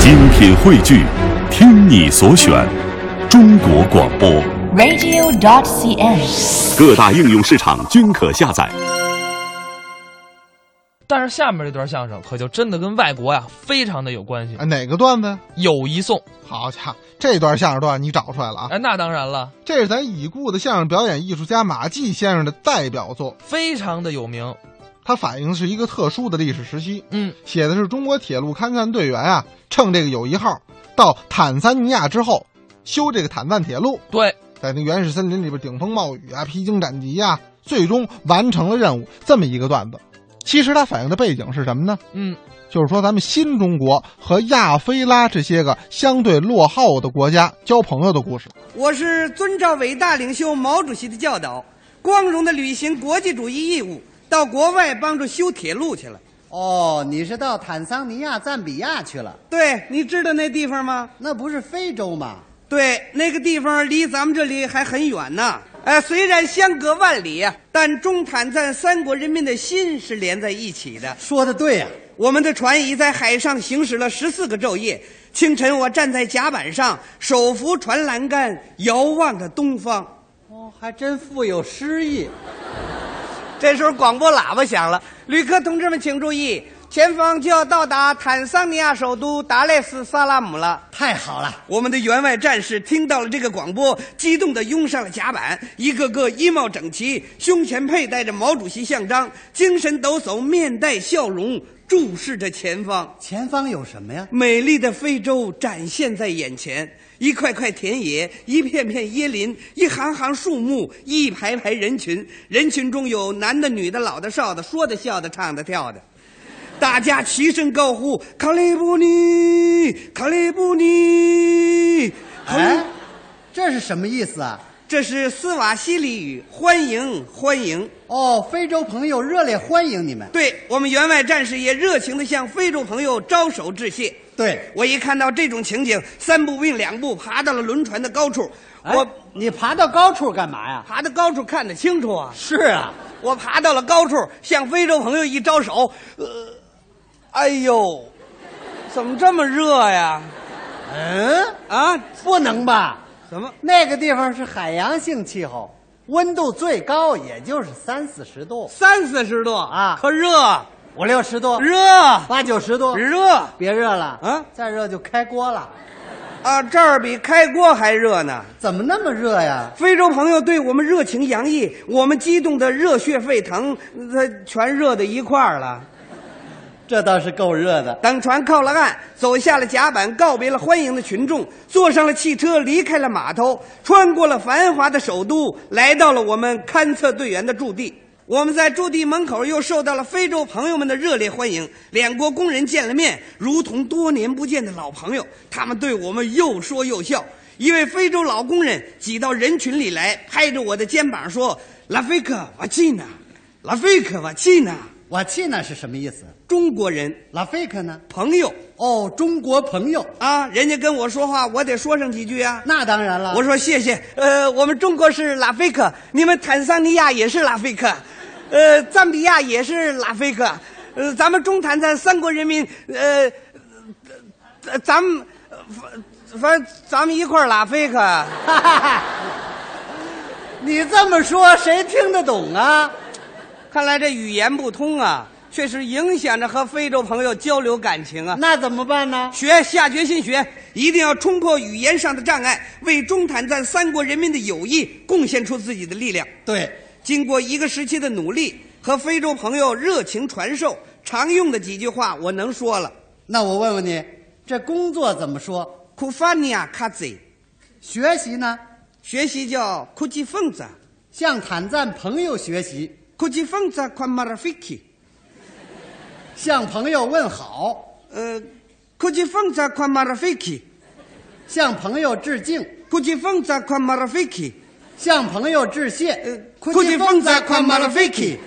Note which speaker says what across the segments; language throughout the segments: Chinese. Speaker 1: 精品汇聚，听你所选，中国广播。
Speaker 2: radio.cn。
Speaker 1: 各大应用市场均可下载。
Speaker 3: 但是下面这段相声可就真的跟外国呀、非常的有关系
Speaker 4: 啊，，哪个段子呀？
Speaker 3: 有一送。
Speaker 4: 好家伙，这段相声段你找出来了啊！
Speaker 3: 哎，那当然了，
Speaker 4: 这是咱已故的相声表演艺术家马季先生的代表作，
Speaker 3: 非常的有名。
Speaker 4: 它反映的是一个特殊的历史时期，
Speaker 3: 嗯，
Speaker 4: 写的是中国铁路勘探队员啊，乘这个友谊号到坦桑尼亚之后，修这个坦赞铁路，
Speaker 3: 对，
Speaker 4: 在那原始森林里边顶风冒雨啊，披荆斩棘啊，最终完成了任务，这么一个段子。其实它反映的背景是什么呢？
Speaker 3: 嗯，
Speaker 4: 就是说咱们新中国和亚非拉这些个相对落后的国家交朋友的故事。
Speaker 5: 我是遵照伟大领袖毛主席的教导，光荣地履行国际主义义务，到国外帮助修铁路去了。
Speaker 6: 哦，你是到坦桑尼亚、赞比亚去了？
Speaker 5: 对，你知道那地方吗？
Speaker 6: 那不是非洲吗？
Speaker 5: 对，那个地方离咱们这里还很远呢。哎，虽然相隔万里呀，但中坦赞三国人民的心是连在一起的。
Speaker 6: 说的对啊呀、
Speaker 5: 我们的船已在海上行驶了十四个昼夜。清晨，我站在甲板上，手扶船栏杆，遥望着东方。
Speaker 6: 哦，还真富有诗意。
Speaker 5: 这时候广播喇叭响了，旅客同志们请注意，前方就要到达坦桑尼亚首都达赖斯萨拉姆了。
Speaker 6: 太好了，
Speaker 5: 我们的员外战士听到了这个广播，激动地拥上了甲板，一个个衣帽整齐，胸前佩戴着毛主席像章，精神抖擞，面带笑容，注视着前方。
Speaker 6: 前方有什么呀？
Speaker 5: 美丽的非洲展现在眼前，一块块田野，一片片椰林，一行行树木，一排排人群。人群中有男的、女的、老的、少的，说的、笑的、唱的、跳的。大家齐声高呼：“卡利布尼，卡利布尼！”
Speaker 6: 哎，这是什么意思啊？
Speaker 5: 这是斯瓦西里语，欢迎，欢迎。
Speaker 6: 哦，非洲朋友热烈欢迎你们。
Speaker 5: 对我们员外战士也热情地向非洲朋友招手致谢。
Speaker 6: 对，
Speaker 5: 我一看到这种情景，三步并两步爬到了轮船的高处。
Speaker 6: 哎
Speaker 5: 我
Speaker 6: 你爬到高处干嘛呀？
Speaker 5: 爬到高处看得清楚啊！
Speaker 6: 是啊，
Speaker 5: 我爬到了高处，向非洲朋友一招手，呃，哎呦，怎么这么热呀？
Speaker 6: 嗯，
Speaker 5: 啊，
Speaker 6: 不能吧？
Speaker 5: 怎么？
Speaker 6: 那个地方是海洋性气候，温度最高也就是三四十度，
Speaker 5: 三四十度
Speaker 6: 啊
Speaker 5: 可热，
Speaker 6: 五六十度，
Speaker 5: 热，
Speaker 6: 八九十度，
Speaker 5: 热
Speaker 6: 别热了，
Speaker 5: 啊
Speaker 6: 再热就开锅了。
Speaker 5: 啊！这儿比开锅还热呢。
Speaker 6: 怎么那么热呀？
Speaker 5: 非洲朋友对我们热情洋溢，我们激动的热血沸腾，他全热到一块儿了。
Speaker 6: 这倒是够热的。
Speaker 5: 等船靠了岸，走下了甲板，告别了欢迎的群众，坐上了汽车，离开了码头，穿过了繁华的首都，来到了我们勘测队员的驻地。我们在驻地门口又受到了非洲朋友们的热烈欢迎，两国工人见了面，如同多年不见的老朋友，他们对我们又说又笑。一位非洲老工人挤到人群里来，拍着我的肩膀说：“拉菲克瓦契纳，拉菲克瓦契纳，
Speaker 6: 瓦契那是什么意思？
Speaker 5: 中国人
Speaker 6: 拉菲克呢？
Speaker 5: 朋友。”
Speaker 6: 哦，中国朋友。
Speaker 5: 啊，人家跟我说话，我得说上几句啊。
Speaker 6: 那当然了，
Speaker 5: 我说谢谢，呃，我们中国是拉菲克，你们坦桑尼亚也是拉菲克，呃，赞比亚也是拉菲克，呃，咱们中坦赞三国人民，呃，呃咱们，呃反反正咱们一块儿拉菲克。
Speaker 6: 哈哈哈，你这么说谁听得懂啊？
Speaker 5: 看来这语言不通啊，确实影响着和非洲朋友交流感情啊。
Speaker 6: 那怎么办呢？
Speaker 5: 学下决心学，一定要冲破语言上的障碍，为中坦赞三国人民的友谊贡献出自己的力量。
Speaker 6: 对，
Speaker 5: 经过一个时期的努力和非洲朋友热情传授，常用的几句话我能说了。
Speaker 6: 那我问问你，这工作怎么说？
Speaker 5: 库法尼亚卡兹，
Speaker 6: 学习呢？
Speaker 5: 学习叫库吉凤子，
Speaker 6: 向坦赞朋友学习，
Speaker 5: 库吉凤子宽马拉菲基，
Speaker 6: 向朋友问好，
Speaker 5: 呃，库吉凤子宽马拉菲基，
Speaker 6: 向朋友致敬，
Speaker 5: 库吉凤子宽马拉菲基，
Speaker 6: 向朋友致谢。
Speaker 5: 呃
Speaker 6: 库
Speaker 5: 库
Speaker 6: 吉
Speaker 5: 吉
Speaker 6: 风
Speaker 5: 风
Speaker 6: 在
Speaker 5: 在
Speaker 6: 宽
Speaker 5: 宽
Speaker 6: 马
Speaker 5: 马
Speaker 6: 拉
Speaker 5: 拉
Speaker 6: 菲
Speaker 5: 菲
Speaker 6: 基
Speaker 5: 基。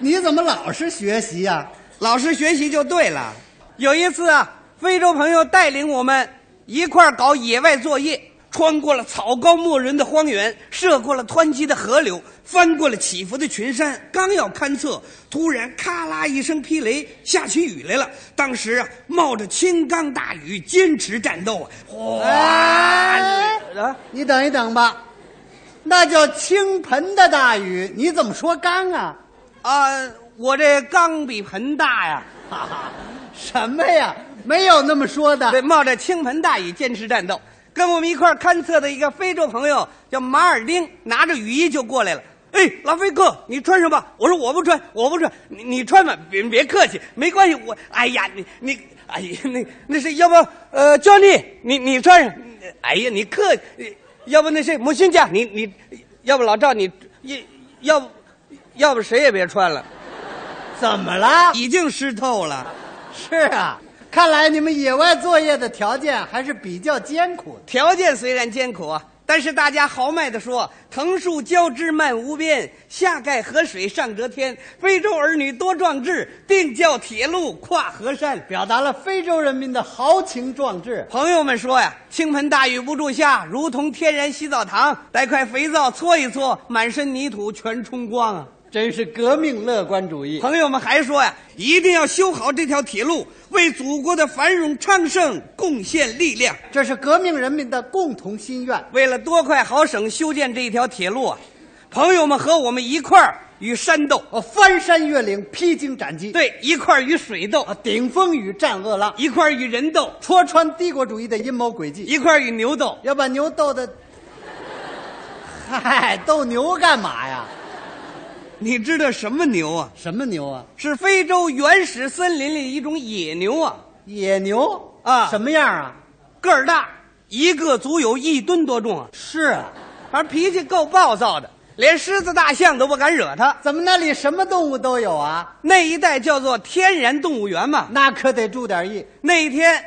Speaker 6: 你怎么老是学习呀、
Speaker 5: 老师学习就对了。有一次啊，非洲朋友带领我们一块儿搞野外作业，穿过了草高莫人的荒原，涉过了湍急的河流，翻过了起伏的群山。刚要勘测，突然咔啦一声劈雷，下起雨来了。当时啊，冒着倾缸大雨，坚持战斗啊！哗、啊！
Speaker 6: 你等一等吧，那叫倾盆的大雨，你怎么说干啊？
Speaker 5: 啊，我这缸比盆大呀！
Speaker 6: 哈哈，什么呀？没有那么 说的
Speaker 5: 对，。冒着倾盆大雨坚持战斗。跟我们一块儿勘测的一个非洲朋友叫马尔丁，拿着雨衣就过来了。哎，拉菲哥，你穿上吧。我说我不穿，我不穿， 你你穿吧，别别客气，没关系。我哎呀，你你哎呀，那那是要不呃，Johnny，你你穿上。哎呀，你客，要不那谁，母亲家，你你，要不老赵，你要要不要不谁也别穿了，
Speaker 6: 怎么了？
Speaker 5: 已经湿透了。
Speaker 6: 是啊，看来你们野外作业的条件还是比较艰苦的。
Speaker 5: 条件虽然艰苦啊，但是大家豪迈地说：“藤树交织漫无边，下盖河水上遮天。非洲儿女多壮志，定叫铁路跨河山。”
Speaker 6: 表达了非洲人民的豪情壮志。
Speaker 5: 朋友们说呀，倾盆大雨不住下，如同天然洗澡堂，来块肥皂搓一搓，满身泥土全冲光啊！
Speaker 6: 真是革命乐观主义。
Speaker 5: 朋友们还说呀，一定要修好这条铁路，为祖国的繁荣昌盛贡献力量。
Speaker 6: 这是革命人民的共同心愿。
Speaker 5: 为了多快好省修建这一条铁路啊，朋友们和我们一块儿与山斗，哦
Speaker 6: 我哦翻山越岭，披荆斩棘，
Speaker 5: 对，一块儿与水斗
Speaker 6: 啊，，顶风雨战恶浪，
Speaker 5: 一块儿与人斗，
Speaker 6: 戳穿帝国主义的阴谋诡计，
Speaker 5: 一块儿与牛斗。
Speaker 6: 要把牛斗的，嗨，斗牛干嘛呀？
Speaker 5: 你知道什么牛啊？
Speaker 6: 什么牛啊？
Speaker 5: 是非洲原始森林里的一种野牛啊，
Speaker 6: 野牛
Speaker 5: 啊
Speaker 6: 什么样啊？
Speaker 5: 个儿大，一个足有一吨多重啊，
Speaker 6: 是啊，
Speaker 5: 反正脾气够暴躁的，连狮子、大象都不敢惹它。
Speaker 6: 怎么那里什么动物都有啊？
Speaker 5: 那一带叫做天然动物园嘛。
Speaker 6: 那可得注点意。
Speaker 5: 那一天，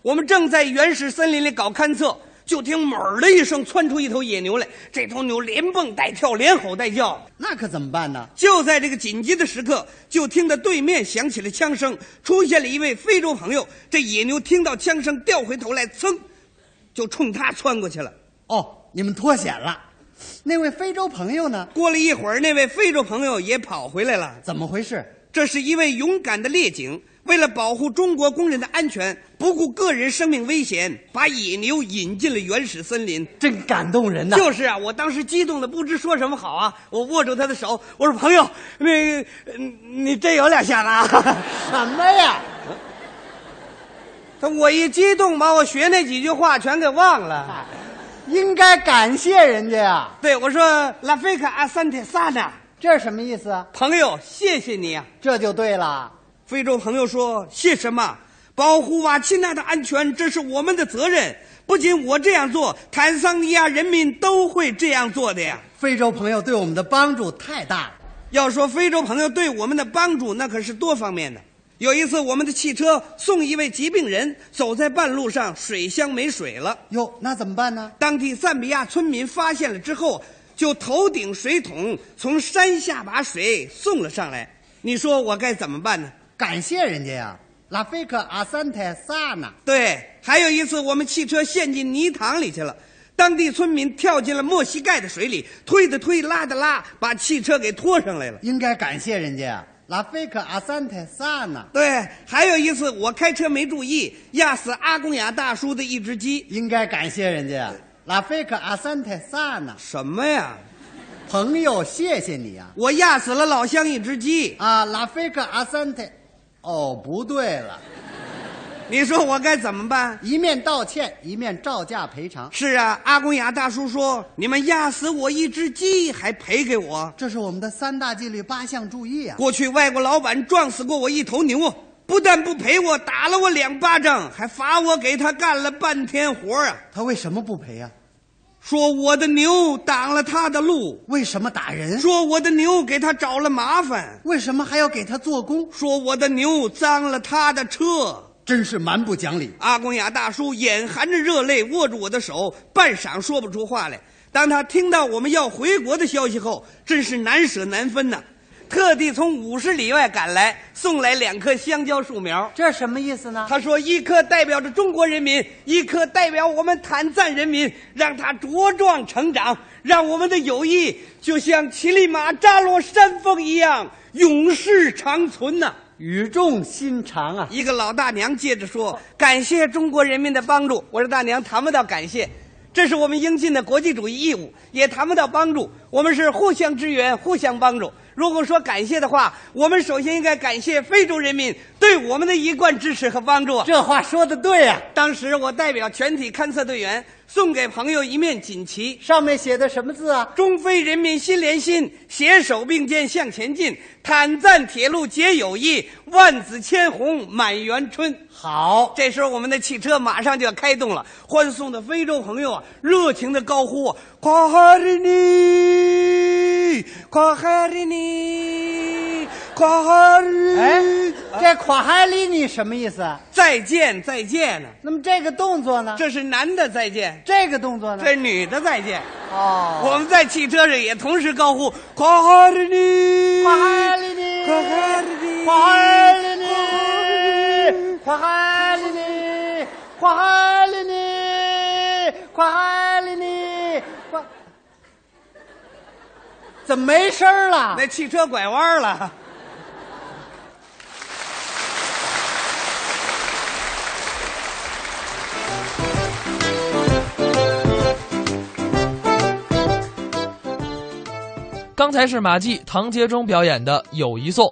Speaker 5: 我们正在原始森林里搞勘测，就听“猛”的一声窜出一头野牛来。这头牛连蹦带跳，连吼带叫。
Speaker 6: 那可怎么办呢？
Speaker 5: 就在这个紧急的时刻，就听得对面响起了枪声，出现了一位非洲朋友。这野牛听到枪声，掉回头来，噌，就冲他窜过去了。
Speaker 6: 哦，你们脱险了。那位非洲朋友呢？
Speaker 5: 过了一会儿，那位非洲朋友也跑回来了。
Speaker 6: 怎么回事？
Speaker 5: 这是一位勇敢的猎警，为了保护中国工人的安全，不顾个人生命危险，把野牛引进了原始森林。
Speaker 6: 真感动人呐！
Speaker 5: 就是啊，我当时激动的不知说什么好啊！我握住他的手，我说：“朋友，那个呃你真有两下子啊
Speaker 6: 什么呀？！”
Speaker 5: 他我一激动，把我学那几句话全给忘了。
Speaker 6: 应该感谢人家呀、
Speaker 5: 对我说：“拉菲卡阿三铁萨纳，
Speaker 6: 这是什么意思啊？
Speaker 5: 朋友，谢谢你啊！”
Speaker 6: 这就对了。
Speaker 5: 非洲朋友说：“谢什么？保护瓦钦纳的安全，这是我们的责任。不仅我这样做，坦桑尼亚人民都会这样做的呀。
Speaker 6: 非洲朋友对我们的帮助太大了。
Speaker 5: 要说非洲朋友对我们的帮助，那可是多方面的。有一次，我们的汽车送一位疾病人，走在半路上，水箱没水了。
Speaker 6: 哟，那怎么办呢？
Speaker 5: 当地赞比亚村民发现了之后，就头顶水桶从山下把水送了上来。你说我该怎么办呢？
Speaker 6: 感谢人家呀、拉菲克阿三泰萨纳。
Speaker 5: 对，还有一次我们汽车陷进泥塘里去了，当地村民跳进了没膝盖的水里，推的推，拉的拉，把汽车给拖上来了。
Speaker 6: 应该感谢人家呀、拉菲克阿三泰萨纳。
Speaker 5: 对，还有一次我开车没注意，压死阿公雅大叔的一只鸡。
Speaker 6: 应该感谢人家呀、拉菲克阿三泰萨纳。
Speaker 5: 什么呀？
Speaker 6: 朋友，谢谢你呀、
Speaker 5: 我压死了老乡一只鸡，
Speaker 6: 啊！拉菲克阿三泰，哦，不对了，
Speaker 5: 你说我该怎么办？
Speaker 6: 一面道歉，一面照价赔偿，
Speaker 5: 是啊，阿公雅大叔说：“你们压死我一只鸡，还赔给我。”
Speaker 6: 这是我们的三大纪律八项注意啊。
Speaker 5: 过去外国老板撞死过我一头牛，不但不赔我，打了我两巴掌，还罚我给他干了半天活啊！
Speaker 6: 他为什么不赔啊呀、
Speaker 5: 说我的牛挡了他的路，
Speaker 6: 为什么打人？
Speaker 5: 说我的牛给他找了麻烦，
Speaker 6: 为什么还要给他做工？
Speaker 5: 说我的牛脏了他的车。
Speaker 6: 真是蛮不讲理。
Speaker 5: 阿公雅大叔眼含着热泪握住我的手，半晌说不出话来。当他听到我们要回国的消息后，真是难舍难分呐、特地从五十里外赶来，送来两棵香蕉树苗。
Speaker 6: 这什么意思呢？
Speaker 5: 他说：“一棵代表着中国人民，一棵代表我们坦赞人民，让它茁壮成长，让我们的友谊就像乞力马扎罗山峰一样永世长存呐、
Speaker 6: 语重心长啊！
Speaker 5: 一个老大娘接着说：“感谢中国人民的帮助。”我说：“大娘，谈不到感谢，这是我们应尽的国际主义义务，也谈不到帮助。我们是互相支援，互相帮助。如果说感谢的话，我们首先应该感谢非洲人民对我们的一贯支持和帮助。”
Speaker 6: 这话说的对啊呀、
Speaker 5: 当时我代表全体勘测队员送给朋友一面锦旗，
Speaker 6: 上面写的什么字啊？
Speaker 5: 中非人民心连心，携手并肩向前进，坦赞铁路结友谊，万紫千红满园春。
Speaker 6: 好，
Speaker 5: 这时候，我们的汽车马上就要开动了，欢送的非洲朋友啊，热情的高呼：“夸哈里尼，夸哈里尼，夸哈里尼！”
Speaker 6: 哎，这垮哈里你什么意思？啊？
Speaker 5: 再见，再见呢、
Speaker 6: 那么这个动作呢？
Speaker 5: 这是男的再见，
Speaker 6: 这个动作呢
Speaker 5: 这？是女的再见。
Speaker 6: 哦，
Speaker 5: 我们在汽车上也同时高呼：“夸哈里尼，
Speaker 6: 垮哈里你，
Speaker 5: 夸哈里尼，
Speaker 6: 垮哈里你，垮哈里你，垮哈里你，垮哈里你，垮，怎么没声儿了？
Speaker 5: 那汽车拐弯了。
Speaker 3: 刚才是马季、唐杰忠表演的《友谊颂》，